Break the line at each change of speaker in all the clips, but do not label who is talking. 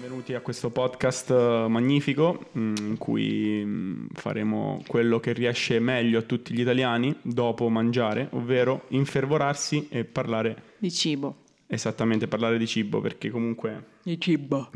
Benvenuti a questo podcast eh, magnifico mm, in cui mm, faremo quello che riesce meglio a tutti gli italiani dopo mangiare, ovvero infervorarsi e parlare
Di cibo.
esattamente parlare di cibo, perché comunque
Di cibo.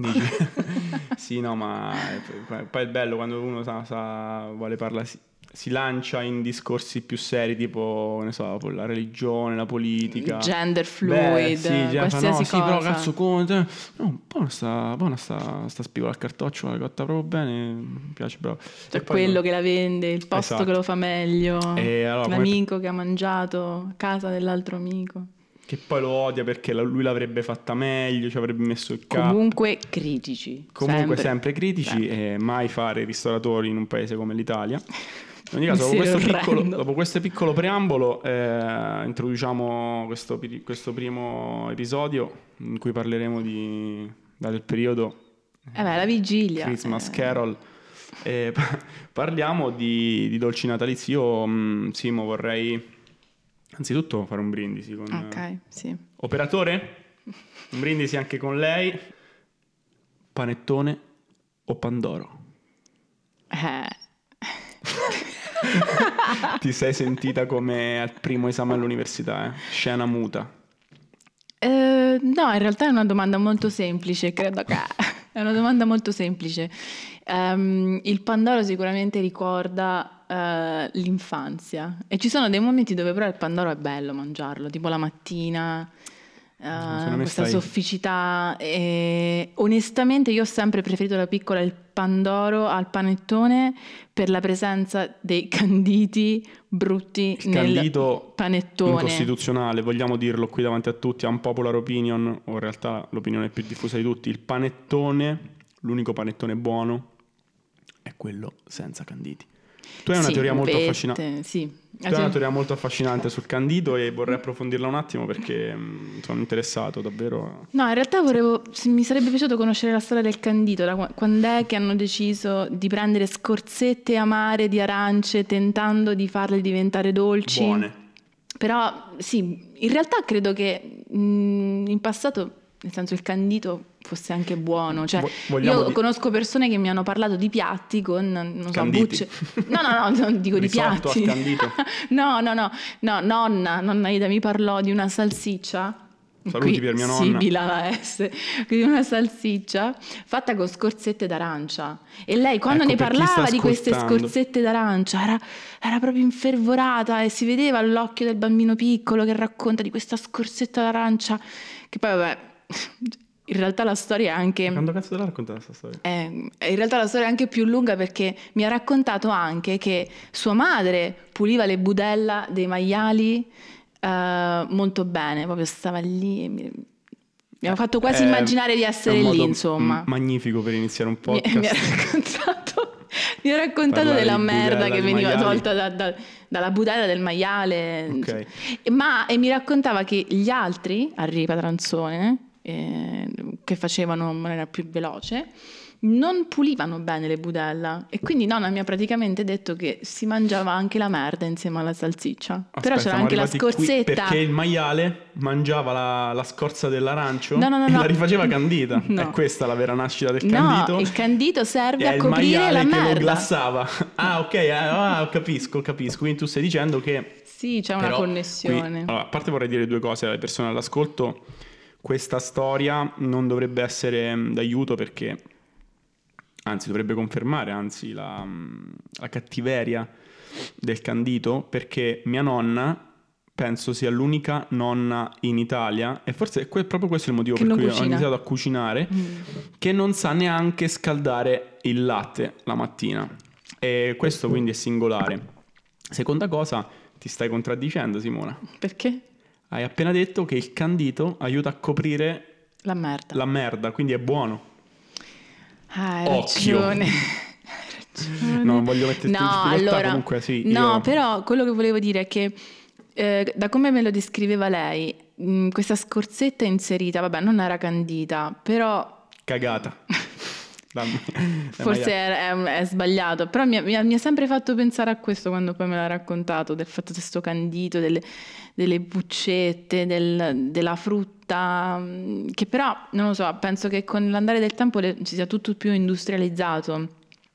sì, no, ma eh, poi è bello quando uno sa, sa- vuole parlare si, si lancia in discorsi più seri, tipo, ne so, la religione, la politica.
Gender fluid,
Beh, sì, già,
qualsiasi
no, Sì, però
cosa.
cazzo, come te- no, buona sta, buona sta, sta spigola al cartoccio, la cotta proprio bene, mi piace, bravo. E
Cioè
poi-
quello che la vende, il posto
Esatto.
che lo fa meglio,
E allora, come-
l'amico che ha mangiato, a casa dell'altro amico.
Che poi lo odia perché la- lui l'avrebbe fatta meglio, ci avrebbe messo il capo.
Comunque critici.
Comunque sempre, critici
Sempre.
e mai fare i ristoratori in un paese come l'Italia. In ogni
Mi
caso, dopo
sembra
questo, piccolo,
orrendo.
dopo questo piccolo preambolo, eh, introduciamo questo, pri- questo primo episodio in cui parleremo di, del periodo
Eh beh, la vigilia.
Christmas
eh.
Carol. Eh, pa- parliamo di, di dolci natalizi. Io, mh, Simo, vorrei anzitutto fare un brindisi con...
Ok, sì.
Operatore? Un brindisi anche con lei. Panettone o Pandoro?
Eh,
Ti sei sentita come al primo esame all'università, eh? Scena muta.
Eh, no, in realtà è una domanda molto semplice, credo che è una domanda molto semplice. Ehm, il Pandoro sicuramente ricorda eh, l'infanzia e ci sono dei momenti dove però il Pandoro è bello mangiarlo, tipo la mattina, eh,
Secondo me
questa
stai-
sofficità. e onestamente io ho sempre preferito da piccola il Pandoro al panettone per la presenza dei canditi brutti
Il
nel
candito
panettone.
incostituzionale, vogliamo dirlo qui davanti a tutti, a un popular opinion, o in realtà l'opinione più diffusa di tutti, il panettone, l'unico panettone buono, è quello senza canditi. Tu hai una
Sì,
teoria molto
vette,
affascinante.
Sì.
Tu hai una teoria molto affascinante sul Candido e vorrei approfondirla un attimo perché mh, sono interessato davvero. a-
No, in realtà volevo, se- mi sarebbe piaciuto conoscere la storia del Candido, da qua- quando è che hanno deciso di prendere scorzette amare di arance tentando di farle diventare dolci.
Buone.
Però sì, in realtà credo che mh, in passato, nel senso il Candido fosse anche buono, cioè
Vo- vogliamo
io
di-
conosco persone che mi hanno parlato di piatti con, non so,
Canditi.
bucce. No, no, no, non dico di
Risotto al
piatti.
candito.
no, no, no, no, nonna, nonna Ida mi parlò di una salsiccia.
Saluti per mia nonna.
Sibila la S, di una salsiccia fatta con scorzette d'arancia. E lei quando
Ecco,
ne
per chi sta
parlava di queste
ascoltando.
scorzette d'arancia era, era proprio infervorata e si vedeva all'occhio del bambino piccolo che racconta di questa scorzetta d'arancia. Che poi, vabbè, in realtà la storia è anche.
Quando cazzo te l'ha raccontata questa storia?
Eh, in realtà la storia è anche più lunga perché mi ha raccontato anche che sua madre puliva le budella dei maiali eh, molto bene, proprio stava lì e mi, mi ha fatto quasi
Eh,
immaginare di
è
essere
un
lì,
modo
insomma.
m- magnifico per iniziare un
Mi,
podcast.
mi ha raccontato, mi ha raccontato
Parlare
della
di
merda
budella
che
di
veniva
maiali.
tolta da- da- dalla budella del maiale.
Ok.
E- Ma e mi raccontava che gli altri, a Ripa Tranzone, eh, che facevano in maniera più veloce, non pulivano bene le budella. E quindi nonna mi ha praticamente detto che si mangiava anche la merda insieme alla salsiccia.
Ah, Aspetta,
Però c'era
siamo
anche la
arrivati qui
scorzetta.
perché il maiale mangiava la, la scorza dell'arancio
No, no, no,
e
no.
la rifaceva candita.
No.
È questa la vera nascita del candito.
No, il candito serve
E è
a
il
coprire
maiale
la
che
merda.
lo glassava. Ah, ok, ah, ah, capisco, capisco. Quindi tu stai dicendo che
Sì, c'è una
Però qui-
connessione.
allora, a parte vorrei dire due cose alle persone all'ascolto. Questa storia non dovrebbe essere mh, d'aiuto perché, anzi, dovrebbe confermare anzi, la, mh, la cattiveria del Candito perché mia nonna penso sia l'unica nonna in Italia e forse è que- proprio questo è il motivo
Che
per
non
cui ho
cucina.
iniziato a cucinare
Mm.
che non sa neanche scaldare il latte la mattina. E questo quindi è singolare. Seconda cosa, ti stai contraddicendo, Simona.
Perché?
Hai appena detto che il candito aiuta a coprire
La merda.
la merda, quindi è buono.
Ah, hai
Occhio.
ragione. Hai ragione.
No, non voglio metterti in
Mm. No,
difficoltà,
allora,
comunque sì,
No,
io-
però quello che volevo dire è che eh, da come me lo descriveva lei, mm, mh, questa scorzetta inserita, vabbè, non era candita, però
Cagata. La- la
Forse
maiala.
è, è- è sbagliato, però mi, ha- mi ha- mi ha sempre fatto pensare a questo quando poi me l'ha raccontato, del fatto di sto candito, delle, delle buccette, del- della frutta, mm, che però, non lo so, penso che con l'andare del tempo le- ci sia tutto più industrializzato.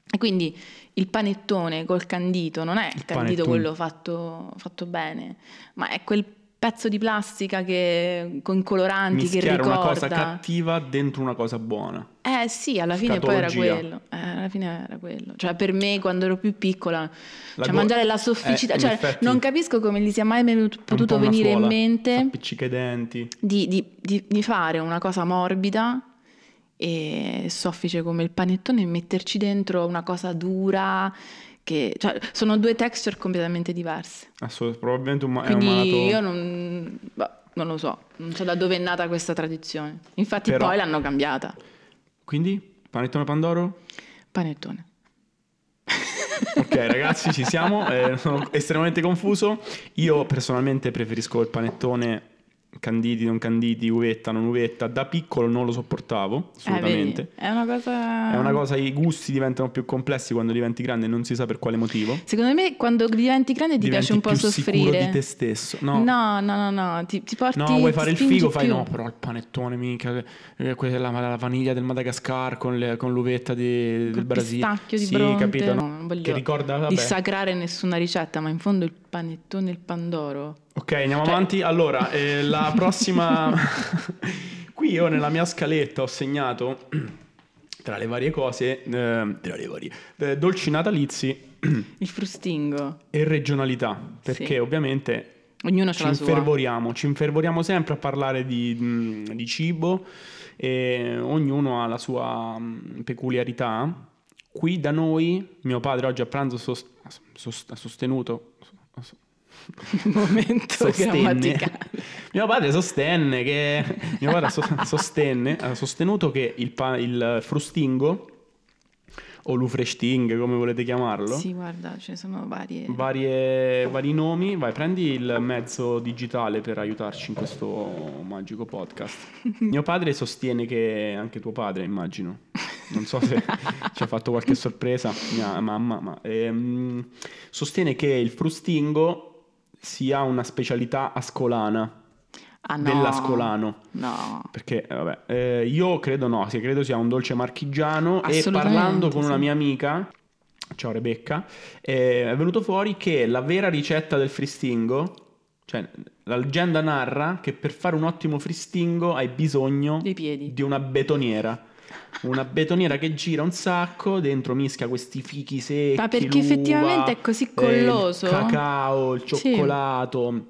E quindi il panettone col candito non è il, candito
panettone.
quello fatto, fatto bene, ma è quel pezzo di plastica che, con coloranti che
Mischiare
ricorda...
una cosa cattiva dentro una cosa buona.
Eh sì, alla fine poi
Scatologia.
era quello. Eh, alla fine era quello. Cioè, per me, quando ero più piccola,
La
cioè,
go-
mangiare la
Eh,
sofficità.
in
cioè,
effetti
non capisco come gli sia mai venu-
È un po'
potuto
una
venire in
suola.
mente
Appiccica i denti.
di, di- di- di fare una cosa morbida e soffice come il panettone e metterci dentro una cosa dura. Che, cioè, sono due texture completamente diverse.
Assolut- probabilmente un ma- è un
Quindi
malato.
io non, bah, non lo so, non so da dove è nata questa tradizione. Infatti,
Però-
poi l'hanno cambiata.
Quindi, panettone Pandoro?
Panettone.
Ok, ragazzi, ci siamo. Eh, sono estremamente confuso. Io personalmente preferisco il panettone canditi, non canditi, uvetta, non uvetta. Da piccolo non lo sopportavo,
Eh, vedi, Ah.
assolutamente.
è una cosa.
È una cosa, i gusti diventano più complessi quando diventi grande e non si sa per quale motivo.
Secondo me, quando diventi grande, ti
diventi
piace un po'
più sicuro
soffrire.
di te stesso. No,
no. no, no, no, Ti, ti porti.
No, vuoi fare il
spingi
figo? Fai
più.
no, però il panettone mica, eh, quella, la, la vaniglia del Madagascar con, le- con l'uvetta di- del
Col
Brasile.
pistacchio di
sì,
Bronte.
capito?
No, non voglio
Che ricorda, vabbè.
Dissacrare nessuna ricetta, ma in fondo il panettone e il pandoro.
Ok, andiamo
Cioè-
avanti. Allora, eh, la prossima... Qui io nella mia scaletta ho segnato, tra le varie cose, eh, tra le varie, eh, dolci natalizi
Il frustingo.
e regionalità, perché
Sì.
ovviamente
Ognuno
ci
ha la sua.
infervoriamo, ci infervoriamo sempre a parlare di, mh, di cibo e ognuno ha la sua mh, peculiarità. Qui da noi, mio padre oggi a pranzo sost- sost- ha sostenuto. so-
momento
Sostenne.
grammaticale.
Mio padre sostenne che. Mio padre so- sostenne, ha sostenuto che il, pa- il frustingo o l'ufresting, come volete chiamarlo,
Sì, guarda, ce ne sono varie.
Varie- vari nomi. Vai, prendi il mezzo digitale per aiutarci in questo magico podcast. Mio padre sostiene che anche tuo padre, immagino. Non so se ci ha fatto qualche sorpresa, mia mamma, ma ehm, sostiene che il frustingo sia una specialità ascolana
Ah, no.
dell'ascolano.
No.
Perché, eh, vabbè, eh, io credo no, sì, credo sia un dolce marchigiano e
Assolutamente,
parlando con
sì.
una mia amica, ciao Rebecca, eh, è venuto fuori che la vera ricetta del fristingo, cioè la leggenda narra che per fare un ottimo fristingo hai bisogno
Dei piedi.
di una betoniera. Una betoniera che gira un sacco, dentro mischia questi fichi secchi.
Ma perché
l'uva,
effettivamente è così
eh, il
colloso.
cacao, il
Sì.
cioccolato.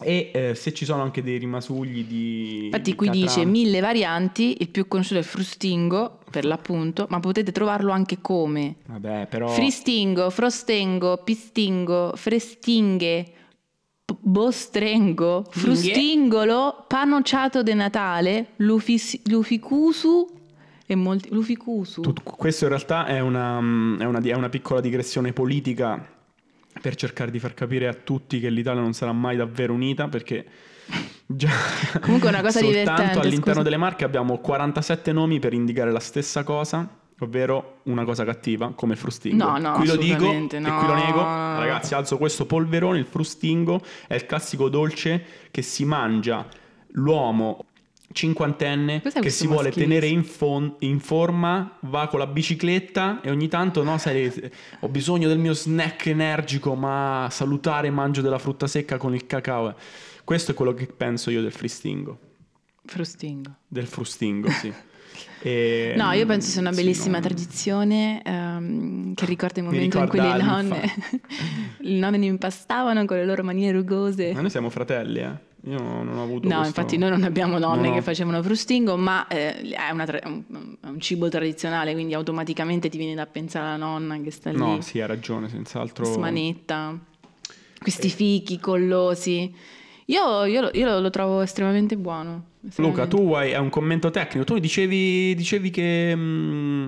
E eh, se ci sono anche dei rimasugli di.
Infatti
di
qui dice
catran-
mille varianti, il più conosciuto è frustingo, per l'appunto, ma potete trovarlo anche come
Vabbè, però.
fristingo, frostengo, pistingo, frestinghe, p- bostrengo, frustingolo, panociato de Natale, lufis- luficusu e molti... luficusu.
Tut- questo in realtà è una, mm, è una di- è una piccola digressione politica per cercare di far capire a tutti che l'Italia non sarà mai davvero unita perché già
Comunque è una cosa divertente,
soltanto all'interno
scusa.
delle marche abbiamo 47 nomi per indicare la stessa cosa ovvero una cosa cattiva come il frustingo
No, no,
qui lo dico e
assolutamente,
qui
no.
lo nego ragazzi alzo questo polverone il frustingo è il classico dolce che si mangia l'uomo cinquantenne
Cos'è
che
questo
si vuole
maschilismo?
tenere in, fon- in forma, va con la bicicletta e ogni tanto, no, sai, eh, ho bisogno del mio snack energico, ma salutare mangio della frutta secca con il cacao. Questo è quello che penso io del fristingo,
Frustingo.
del frustingo, sì. E,
No, io penso sia una
Ehm, sì,
bellissima
no.
tradizione ehm, che ricorda il
Mi
momento in cui le
ricorda
nonne, le nonne ne impastavano con le loro manie rugose.
Ma noi siamo fratelli, eh. Io non ho avuto
No,
questo-
infatti noi non abbiamo nonne
Non ho-
che facevano frustingo, ma eh, è, una tra- è un, è un cibo tradizionale, quindi automaticamente ti viene da pensare alla nonna che sta lì,
No, sì, ha ragione, senz'altro...
smanetta,
Eh.
questi fichi collosi. Io, io lo- io lo- lo trovo estremamente buono.
Luca,
estremamente.
tu hai hai un commento tecnico. Tu dicevi, dicevi che mm,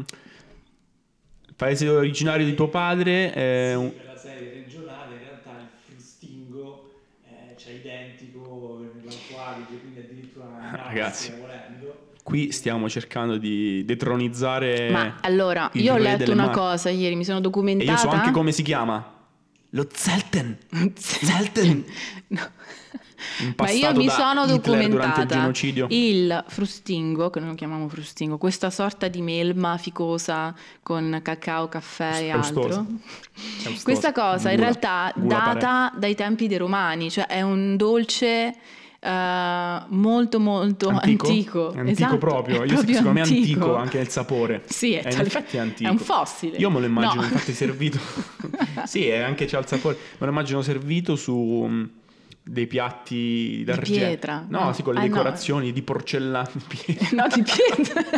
il paese originario di tuo padre è un-
per la serie regionale in realtà il fristingo eh, cioè identico nell'Alto Adige, quindi addirittura Napoli,
Ah, Ragazzi.
volendo.
Qui stiamo cercando di detronizzare.
Ma allora,
il
io ho
re
letto
delle
una
Marche.
cosa ieri, mi sono
E
documentata.
io so anche come si chiama. Lo Zelten. Zelten.
No. Ma
Impastato
io mi
da
sono
Hitler durante il
documentata
genocidio.
il frustingo, che noi lo chiamiamo frustingo, questa sorta di melma ficosa con cacao, caffè e
Frustosa.
altro.
Frustosa.
Questa cosa in
Gula-
realtà
gula pare.
data dai tempi dei romani, cioè è un dolce eh, molto molto antico.
Antico
Esatto,
proprio.
è
Io, secondo me è antico
antico.
anche nel sapore.
Sì, è
Eh, in
tal-
effetti è antico.
è un fossile.
Io me lo immagino
No.
infatti servito. sì, è anche c'ha il sapore. Me lo immagino servito su mh, dei piatti d'argento.
pietra.
No, sì, con le
Ah, no.
decorazioni di porcellana di pietra.
No, di pietra.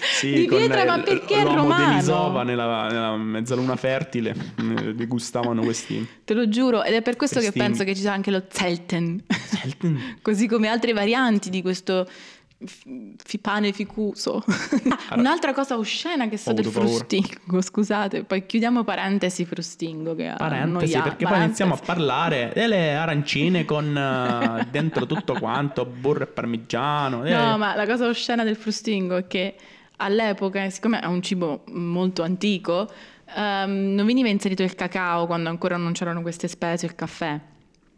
Sì,
di
con
pietra,
eh,
ma
l-
perché è
l'uomo
romano?
Denisova nella, nella mezzaluna fertile eh, degustavano questi.
Te lo giuro, ed è per questo che
Questi-
penso che ci sia anche lo Zelten,
Zelten.
così come altre varianti di questo f- fi- pane ficuso. Ah, Un'altra cosa oscena che so
Ho
del
avuto paura.
frustingo, scusate, poi chiudiamo parentesi frustingo che ha
Parentesi,
Ah, annoiato-
perché poi iniziamo a
parentesi.
parlare delle arancine con eh, dentro tutto quanto, burro e parmigiano. eh.
No, ma la cosa oscena del frustingo è che all'epoca, siccome è un cibo molto antico, ehm, non veniva inserito il cacao quando ancora non c'erano queste spezie, il caffè.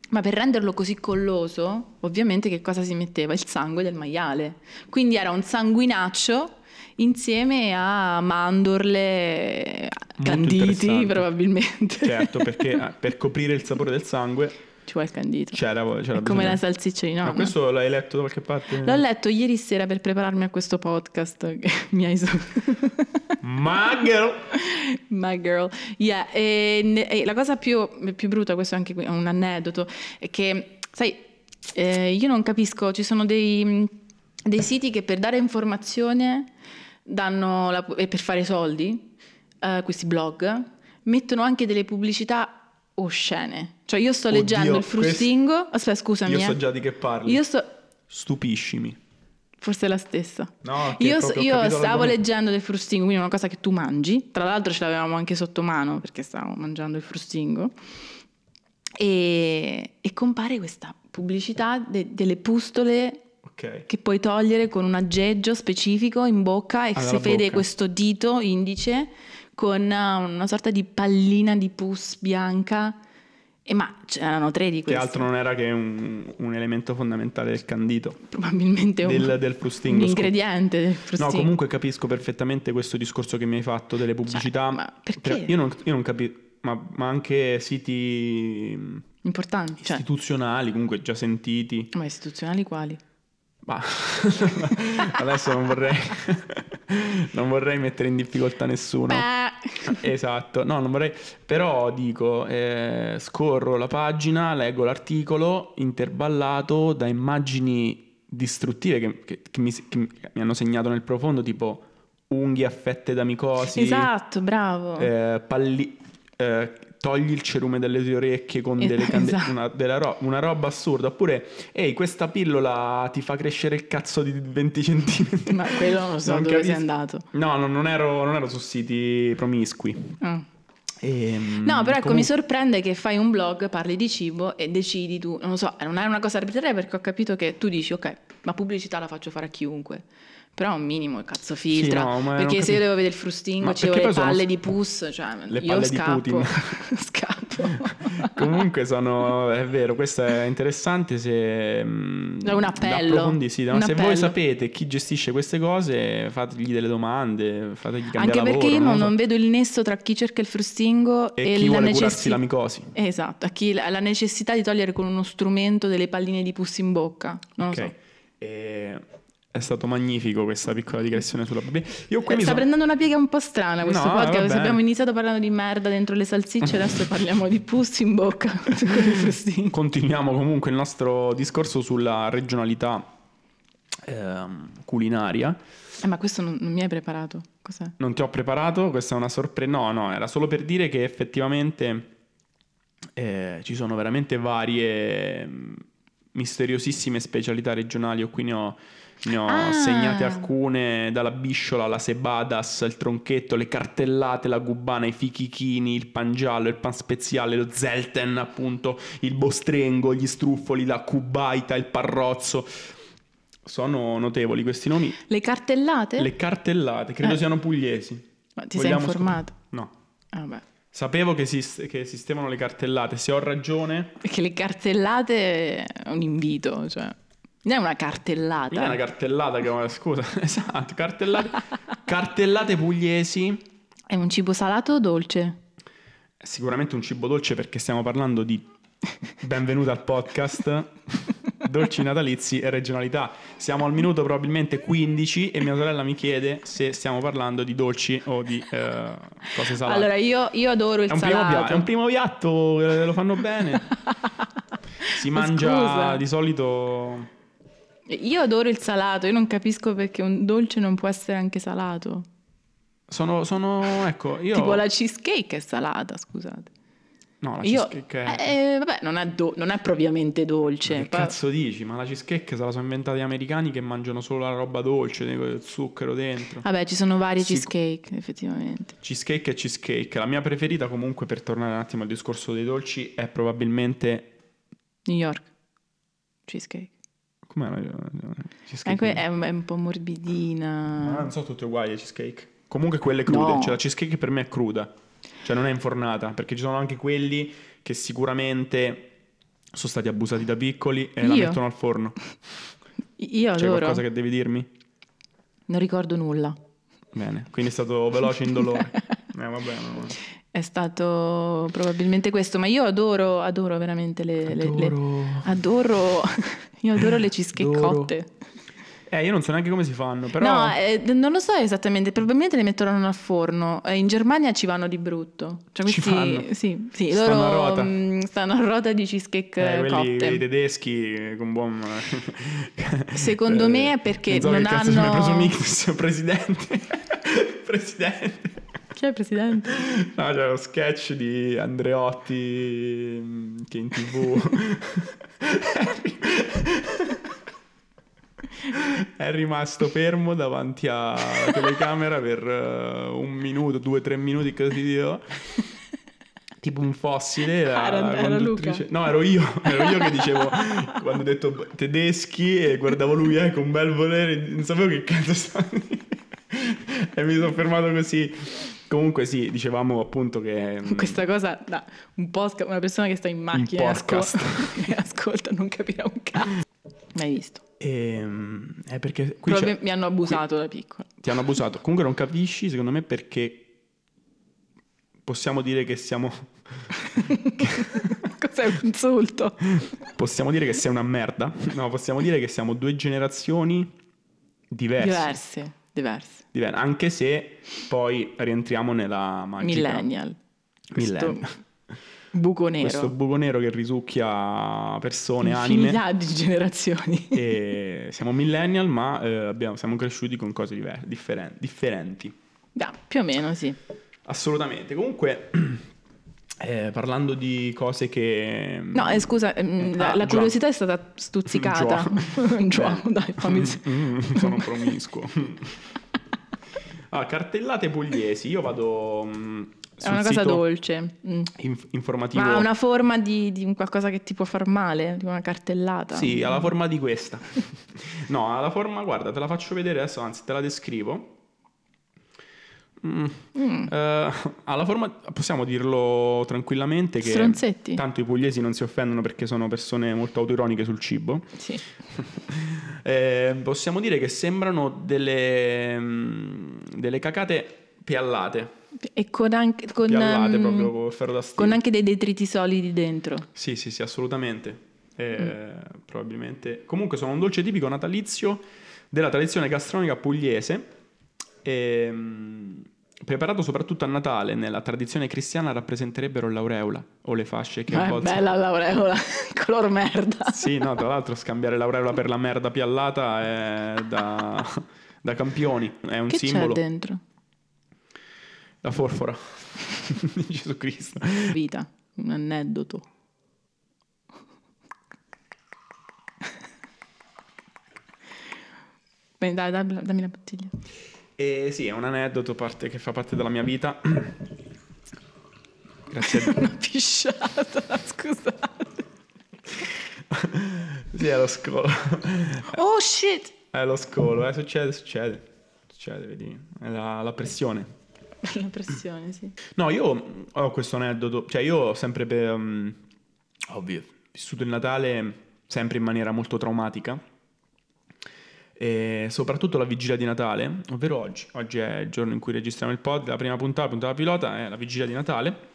Ma per renderlo così colloso, ovviamente che cosa si metteva? Il sangue del maiale. Quindi era un sanguinaccio insieme a mandorle canditi
interessante.
probabilmente.
Certo, perché Cioè, eh, per coprire il sapore del sangue
ci vuole il candito.
c'era, c'era
è come
bisogno.
la salsiccia di nonna.
Ma questo l'hai letto da qualche parte?
L'ho letto ieri sera per prepararmi a questo podcast che mi hai so-
Ma girl!
My girl. Yeah, e, e la cosa più, più brutta, questo è anche qui- è un aneddoto, è che, sai, eh, io non capisco, ci sono dei, dei siti che per dare informazione danno la pu- e per fare soldi, eh, questi blog, mettono anche delle pubblicità oscene. Cioè io sto
Oddio,
leggendo il
questo-
frustingo, aspetta scusami,
Io
eh.
so già di che parli.
io sto...
Stupiscimi.
Forse è la stessa.
No, che
Io,
proprio ho
io
capito
stavo
l'argomento.
leggendo del frustingo, quindi una cosa che tu mangi. Tra l'altro ce l'avevamo anche sotto mano perché stavamo mangiando il frustingo. E, e compare questa pubblicità de- delle pustole
Ok.
che puoi togliere con un aggeggio specifico in bocca e
Ah,
si
dalla
vede
bocca.
questo dito indice con uh, una sorta di pallina di pus bianca. E ma c'erano tre di
Che
queste.
altro non era che un, un elemento fondamentale del candito.
Probabilmente un,
Del, del frustingo.
un
scusa.
ingrediente del frustingo.
No, comunque capisco perfettamente questo discorso che mi hai fatto delle pubblicità.
Cioè, ma perché?
Io non, capisco, ma, ma anche siti mh,
Importante. Cioè,
istituzionali, comunque già sentiti.
Ma istituzionali quali?
Ma adesso non vorrei, non vorrei mettere in difficoltà nessuno.
Beh.
Esatto, no, non vorrei. Però dico, eh, scorro la pagina, leggo l'articolo intervallato da immagini distruttive che, che- che mi, che mi hanno segnato nel profondo, tipo unghie affette da micosi,
Esatto, bravo.
eh, palli- eh, togli il cerume dalle tue orecchie con delle
Esatto.
cande- una, della ro- una roba assurda, oppure ehi, questa pillola ti fa crescere il cazzo di 20 centimetri.
Ma quello non lo so dove sei andato.
No, no, non ero- non ero su siti promiscui.
Ah.
Ehm,
No, però ecco,
Mm, comunque-
mi sorprende che fai un blog, parli di cibo e decidi tu, non lo so, non è una cosa arbitraria perché ho capito che tu dici, ok, ma pubblicità la faccio fare a chiunque. Però un minimo cazzo filtra,
Sì, no, ma
perché
non
se
capi-
io devo vedere il frustingo
Ma
ci
perché
vuole le
poi sono-
palle di pus, cioè
Le
io
palle di
scappo.
Putin.
scappo.
Comunque sono, è vero, questo è interessante se... mm,
È un
da
appello.
approfondire, no?
Un
Se
appello.
voi sapete chi gestisce queste cose, fategli delle domande, fategli cambiare
Anche perché
lavoro,
io non,
lo so.
non vedo il nesso tra chi cerca il frustingo
E
e,
chi
la
vuole curarsi
necessità
la micosi.
Esatto, a chi ha la necessità di togliere con uno strumento delle palline di pus in bocca. Non
Ok.
lo so.
E- È stato magnifico questa piccola digressione sulla... Beh, Io qui
Eh,
mi
Sta
sono...
prendendo una piega un po' strana questo
No,
podcast.
vabbè.
Abbiamo iniziato parlando di merda dentro le salsicce, adesso parliamo di pus in bocca. con il frustino.
Continuiamo comunque il nostro discorso sulla regionalità ehm, culinaria.
Eh, ma questo non, non mi hai preparato. Cos'è?
Non ti ho preparato, questa è una sorpresa. No, no, era solo per dire che effettivamente eh, ci sono veramente varie mh, misteriosissime specialità regionali. Io qui ne ho Ne ho
Ah.
segnate alcune, dalla bisciola alla sebadas, il tronchetto, le cartellate, la gubana, i fichichini, il pangiallo, il pan speziale, lo zelten appunto, il bostrengo, gli struffoli, la cubaita, il parrozzo. Sono notevoli questi nomi.
Le cartellate?
Le cartellate, credo
Eh.
siano pugliesi.
Ma ti
Vogliamo
sei informato?
scop- No.
Ah, vabbè.
Sapevo che, esist- che esistevano le cartellate, se ho ragione...
Perché le cartellate è un invito, cioè. Non è una cartellata.
Non è una cartellata che... Scusa, esatto, cartellate... cartellate pugliesi...
È un cibo salato o dolce?
È Sicuramente un cibo dolce perché stiamo parlando di benvenuta al podcast dolci natalizi e regionalità. Siamo al minuto probabilmente 15 e mia sorella mi chiede se stiamo parlando di dolci o di eh, cose salate.
Allora, io, io adoro il
è, un primo pia-
salato.
è un primo piatto, eh, lo fanno bene. Si
Ma
mangia
scusa.
di solito
Io adoro il salato, io non capisco perché un dolce non può essere anche salato.
sono, sono ecco, io
Tipo la cheesecake è salata, scusate.
No, la
Io-
cheesecake. è-
eh, cioè, vabbè, non è, do- non è propriamente dolce.
Che
poi-
cazzo dici? Ma la cheesecake se la sono inventata gli americani che mangiano solo la roba dolce, il zucchero dentro.
Vabbè, ci sono varie
Sicu-
cheesecake, effettivamente.
Cheesecake e cheesecake. La mia preferita, comunque, per tornare un attimo al discorso dei dolci, è probabilmente.
New York, cheesecake.
Com'è la cheesecake?
Anche eh, è, un- è un po' morbidina.
Ah, non so, tutte uguali le cheesecake. Comunque quelle crude,
No.
cioè la cheesecake per me è cruda, cioè non è infornata, perché ci sono anche quelli che sicuramente sono stati abusati da piccoli e la
Io?
mettono al forno.
Io
C'è
adoro.
qualcosa che devi dirmi?
Non ricordo nulla.
Bene, quindi è stato veloce in dolore. Eh, vabbè, no.
È stato probabilmente questo, ma io adoro, adoro veramente le... le- le-
Adoro.
adoro- io adoro le cheesecakeotte.
Eh, io non so neanche come si fanno, però...
No, eh, non lo so esattamente, probabilmente le metteranno al forno. Eh, in Germania ci vanno di brutto. Cioè,
Ci
questi,
fanno.
Sì, sì,
Stanno
loro
a rota.
mm, stanno a rota di cheesecake
Eh,
eh,
quelli
cotte.
i tedeschi eh, con buon Eh,
Secondo me è perché
non, so
non
che cazzo
hanno-
hanno preso Mix presidente presidente
Chi è il presidente?
no c'era lo sketch di Andreotti mm, che in tv è rimasto fermo davanti alla telecamera per eh, un minuto due tre minuti così io tipo un fossile la,
Ah, era-
la
era
conduttrice-
Luca.
no ero io ero io che dicevo quando ho detto tedeschi e guardavo lui eh, con bel volere non sapevo che cazzo stava dicendo. e mi sono fermato così comunque sì dicevamo appunto che mm,
Questa cosa da un podcast, una persona che sta in macchina e, asco-
podcast.
e ascolta, non capirà un cazzo. Mai visto.
ehm, è perché qui
Proprio
c'è-
mi hanno abusato da piccola.
ti hanno abusato comunque non capisci secondo me perché possiamo dire che siamo
Cos'è un insulto?
possiamo dire che sei una merda no possiamo dire che siamo due generazioni diverse
Diverse, diverse.
Diver- anche se poi rientriamo nella magica
Millennial.
Millennial.
Questo buco nero. Esatto.
questo buco nero che risucchia persone, anime
Infinità di generazioni.
e siamo millennial ma eh, abbiamo- siamo cresciuti con cose diver- differen- differenti
Da, più o meno sì.
assolutamente comunque eh, parlando di cose che
No, eh, scusa, ehm, la,
Mm. Ah,
la
già.
curiosità è stata stuzzicata. Già,
Beh.
dai, fammi...
Mm, sono promiscuo Ah, cartellate pugliesi io vado mm,
È
sul
una cosa
sito
dolce. mm.
inf- informativo
Ma ha una forma di, di un qualcosa che ti può far male, tipo una cartellata.
Sì, ha la forma di questa. no, ha la forma, guarda, te la faccio vedere adesso, anzi, te la descrivo. Mm.
Mm.
Eh, ha la forma, possiamo dirlo tranquillamente, che
Stronzetti.
tanto i pugliesi non si offendono perché sono persone molto autoironiche sul cibo.
Sì.
Eh, possiamo dire che sembrano delle, mm, delle cacate piallate.
E con anche, con,
piallate
ehm,
proprio con il ferro da stiro.
con anche dei detriti solidi dentro.
Sì, sì, sì, assolutamente.
Mm.
Eh, Probabilmente. Comunque sono un dolce tipico natalizio della tradizione gastronomica pugliese, ehm, preparato soprattutto a Natale. Nella tradizione cristiana rappresenterebbero l'aureola o le fasce che
Ma Ah, è
avvolgono.
Eh, bella l'aureola, color merda.
Sì, no, tra l'altro scambiare l'aureola per la merda piallata è da, da campioni, è un
che
simbolo.
c'è dentro?
La forfora di Gesù Cristo.
Vita, un aneddoto. Bene, dai, dai, dammi la bottiglia.
E sì, è un aneddoto parte- che fa parte della mia vita. Grazie a
Una pisciata, scusate.
Sì, è lo scolo.
Oh shit!
È lo scolo, eh, succede, succede. Succede, vedi. È la, la pressione.
La pressione, sì.
No, io mh, ho questo aneddoto. Cioè, io ho sempre per... mh, ovvio, vissuto il Natale sempre in maniera molto traumatica. E soprattutto la vigilia di Natale, ovvero oggi. Oggi è il giorno in cui registriamo il pod, la prima puntata, la puntata pilota, è la vigilia di Natale.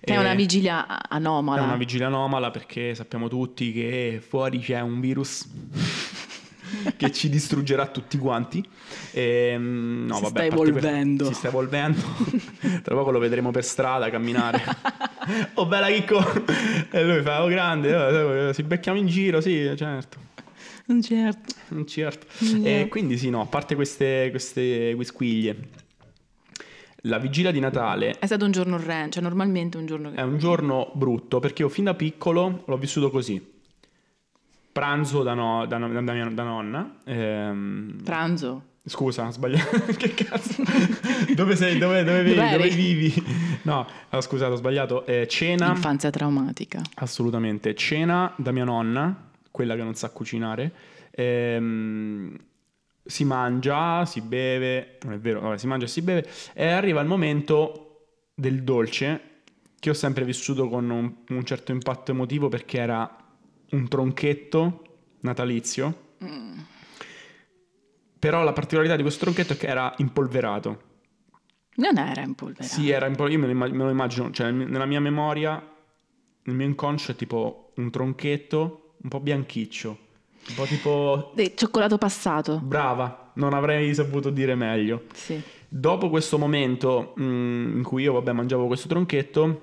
È
E-
una vigilia a- anomala.
Eh. È una vigilia anomala perché sappiamo tutti che fuori c'è un virus che ci distruggerà tutti quanti. Ehm, no,
Si
vabbè,
sta
a parte que-
evolvendo.
Si sta evolvendo. Tra poco lo vedremo per strada camminare. oh bella Chicco! E lui fa, oh grande, eh, si becchiamo in giro, sì, certo.
Mm, Certo.
Mm, Certo.
Yeah.
E quindi sì, no, a parte queste, queste quisquiglie. La vigilia di Natale
È stato un giorno orrendo, cioè normalmente un giorno che...
è un giorno brutto perché io fin da piccolo l'ho vissuto così. Pranzo da, no- da no- da mia- da nonna. ehm,
Pranzo.
scusa, ho sbagliato. che cazzo? dove sei? Dove, dove vivi?
Dov'eri?
Dove vivi? No, ho scusato, ho sbagliato. Eh, cena.
Infanzia traumatica.
Assolutamente. Cena da mia nonna, quella che non sa cucinare. Ehm, si mangia, si beve, non è vero, vabbè, si mangia e si beve. E arriva il momento del dolce, che ho sempre vissuto con un, un certo impatto emotivo perché era un tronchetto natalizio.
Mm.
Però la particolarità di questo tronchetto è che era impolverato.
Non era impolverato.
Sì, era un po'- io me lo, immag- me lo immagino, cioè n- nella mia memoria, nel mio inconscio è tipo un tronchetto un po' bianchiccio, un po' tipo
Eh, Cioccolato passato.
brava, non avrei saputo dire meglio.
Sì.
Dopo questo momento mm, in cui io vabbè mangiavo questo tronchetto,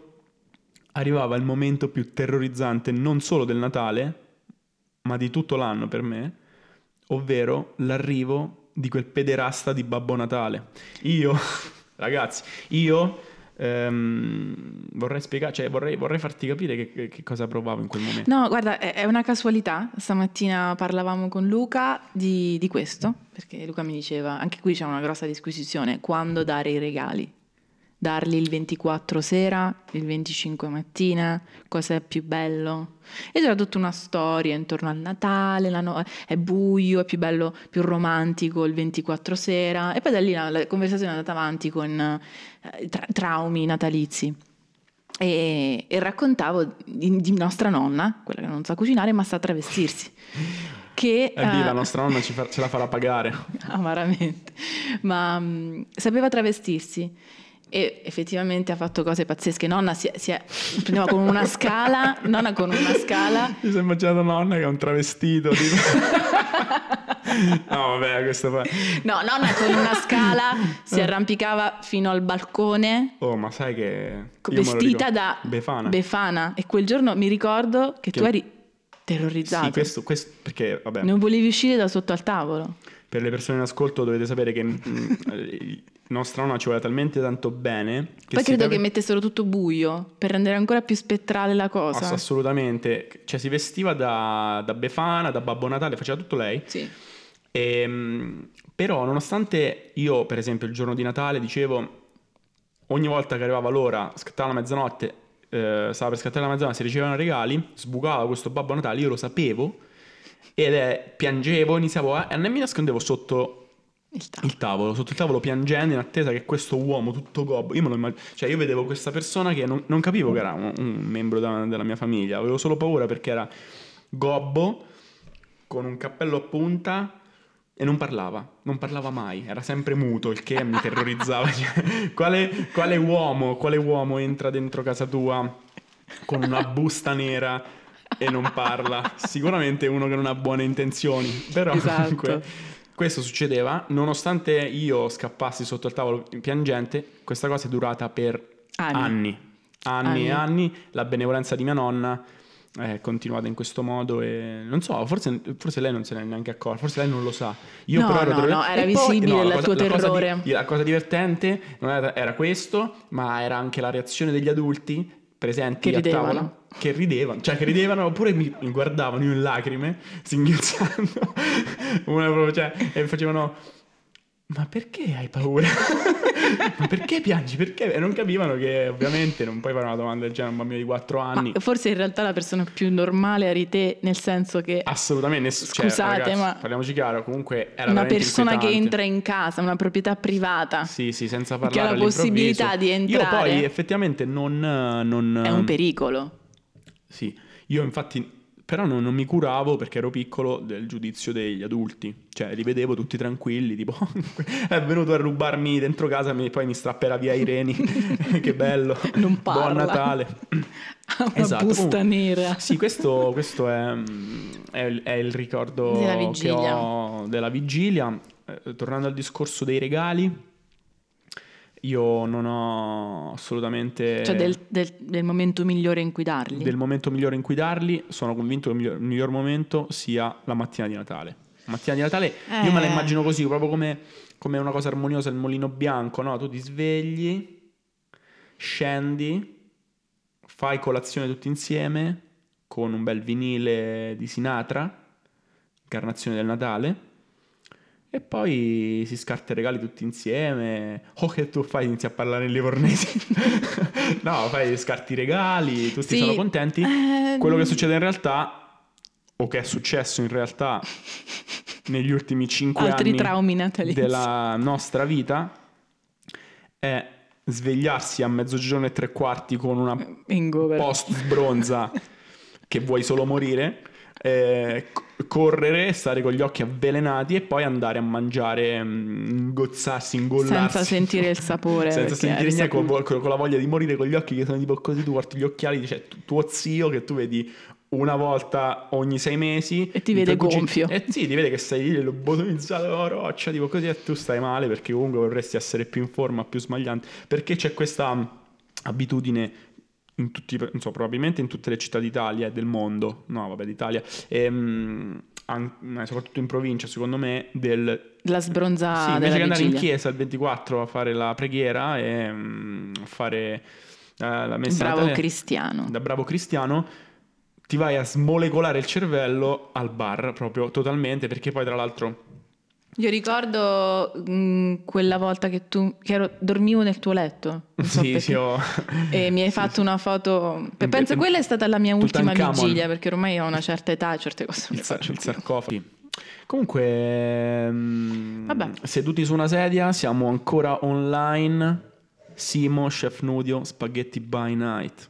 arrivava il momento più terrorizzante non solo del Natale, ma di tutto l'anno per me, ovvero l'arrivo di quel pederasta di Babbo Natale. Io, ragazzi, io ehm, vorrei spiegare, cioè vorrei, vorrei farti capire che, che cosa provavo in quel momento.
No, guarda, è è una casualità. Stamattina parlavamo con Luca di, di questo, perché Luca mi diceva, anche qui c'è una grossa disquisizione, quando dare i regali? Darli il 24 sera, il 25 mattina, cosa è più bello? E c'era tutta una storia intorno al Natale, la no- è buio, è più bello, più romantico il 24 sera. E poi da lì la, la conversazione è andata avanti con eh, tra- traumi natalizi e, e raccontavo di, di nostra nonna, quella che non sa cucinare ma sa travestirsi, che
E lì
eh,
la nostra nonna ci fa- ce la farà pagare.
amaramente, ma mm, sapeva travestirsi e effettivamente ha fatto cose pazzesche. Nonna si, è- si è- prendeva con una scala, nonna con una scala
Mi sono immaginata nonna che è un travestito. tipo. no, vabbè, questo fa.
No, nonna con una scala
Eh.
si arrampicava fino al balcone
Oh, ma sai che. io me lo
vestita
ricordo.
da
Befana.
Befana. E quel giorno mi ricordo che,
Che-
tu eri
Sì,
terrorizzato.
questo, questo- perché, vabbè,
Non volevi uscire da sotto al tavolo.
per le persone in ascolto dovete sapere che mm, eh, nostra nonna ci vuole talmente tanto bene. Che
Poi
si
credo
deve-
che mettessero tutto buio per rendere ancora più spettrale la cosa.
Ass- Assolutamente, cioè si vestiva da, da Befana, da Babbo Natale, faceva tutto lei.
Sì.
Ehm, però, nonostante io, per esempio, il giorno di Natale dicevo ogni volta che arrivava l'ora, scattava la mezzanotte, eh, stava per scattare la mezzanotte, si ricevevano regali, sbucava questo Babbo Natale, io lo sapevo ed è, piangevo, iniziavo a, e non mi nascondevo sotto
Il tavolo.
il tavolo, sotto il tavolo piangendo in attesa che questo uomo tutto gobbo, io me lo immag- cioè io vedevo questa persona che non, non capivo che era un, un membro da- della mia famiglia, avevo solo paura perché era gobbo con un cappello a punta e non parlava, non parlava mai, era sempre muto, il che mi terrorizzava. Cioè, quale, quale uomo, quale uomo entra dentro casa tua con una busta nera e non parla? Sicuramente uno che non ha buone intenzioni, però
Esatto.
comunque questo succedeva, nonostante io scappassi sotto il tavolo piangente, questa cosa è durata per
Anni.
anni. Anni,
Anni.
e anni, la benevolenza di mia nonna eh, è continuata in questo modo e non so, forse, forse lei non se ne è neanche accorta, forse lei non lo sa. Io
No,
però ero
no,
terror-
no, era
E
visibile
la
il
cosa-
tuo
la cosa di-
terrore.
la cosa divertente non era, era questo, ma era anche la reazione degli adulti. per- presenti
Che
a
ridevano.
tavola che ridevano, cioè che ridevano oppure mi mi guardavano io in lacrime, singhiozzando, una proprio, cioè, e facevano... Ma perché hai paura? Ma perché piangi? Perché? E non capivano che ovviamente non puoi fare una domanda del genere a un bambino di 4 anni.
Ma forse in realtà la persona più normale eri te, nel senso che
Assolutamente, ness- cioè,
Scusate,
ragazzi,
ma-
parliamoci chiaro, comunque Ah, era
una
veramente
persona che
inquietante.
entra in casa, una proprietà privata,
Sì, sì, senza
Che ha
parlare
la
all'improvviso.
possibilità di entrare.
Io poi effettivamente non... non-
è un pericolo.
Sì, io infatti... Però non, non mi curavo perché ero piccolo del giudizio degli adulti. Cioè, li vedevo tutti tranquilli, tipo... è venuto a rubarmi dentro casa e poi mi strapperà via i reni. che bello.
Non parla.
Buon Natale.
Una
Esatto,
busta
comunque-
nera.
Sì, questo, questo è, mm, è il- è il ricordo
Della
che
vigilia.
ho della vigilia. Eh, tornando al discorso dei regali, io non ho assolutamente
Cioè del, del- del momento migliore in cui darli.
del momento migliore in cui darli. Sono convinto che il miglior, il miglior momento sia la mattina di Natale. La mattina di Natale io me la
Eh.
immagino così, proprio come, come una cosa armoniosa, il mulino bianco, no? Tu ti svegli, scendi, fai colazione tutti insieme con un bel vinile di Sinatra, Incarnazione del Natale. E poi si scarta i regali tutti insieme. Oh, che tu fai? Inizi a parlare in livornese. no, fai scarti i regali, tutti
Sì,
sono contenti.
ehm.
Quello che succede in realtà, o che è successo in realtà negli ultimi 5
Altri
anni
traumi natalizi.
della nostra vita, è svegliarsi a mezzogiorno e tre quarti con una
Eh, Hangover.
post sbronza che vuoi solo morire, eh, c- correre, stare con gli occhi avvelenati e poi andare a mangiare, mm, ingozzarsi, ingollarsi.
Senza sentire il sapore,
Senza
perché
sentire
il
niente, con,
sapore-
con- con la voglia di morire con gli occhi che sono tipo così, tu porti gli occhiali, dice tuo zio che tu vedi una volta ogni sei mesi
E ti
i tuoi
vede
cugini-
gonfio.
eh sì, ti vede che sei lì lobotomizzato la roccia, tipo così e tu stai male perché comunque vorresti essere più in forma, più smagliante, perché c'è questa mh, abitudine in tutti, non so, probabilmente in tutte le città d'Italia e del mondo, no vabbè d'Italia, ehm, an- ma soprattutto in provincia secondo me, del
La sbronza
sì, invece
Ah, della
che andare in
vigilia.
chiesa il 24 a fare la preghiera e mm, a fare eh, la messa
Bravo
natale-
cristiano.
da bravo cristiano, ti vai a smolecolare il cervello al bar proprio totalmente perché poi tra l'altro
Io ricordo mh, quella volta che tu che ero- dormivo nel tuo letto. non so
sì,
perché.
sì, ho-
E mi hai fatto una foto.
Beh,
Pe- Penso
eh,
quella è stata la mia ultima
Tutankhamon.
vigilia, perché ormai ho una certa età e certe cose non
il,
le
sar-
faccio
il
più.
sarcofago. Comunque, ehm,
Vabbè.
seduti su una sedia, siamo ancora online. Simo, Chef Nudio, Spaghetti by Night.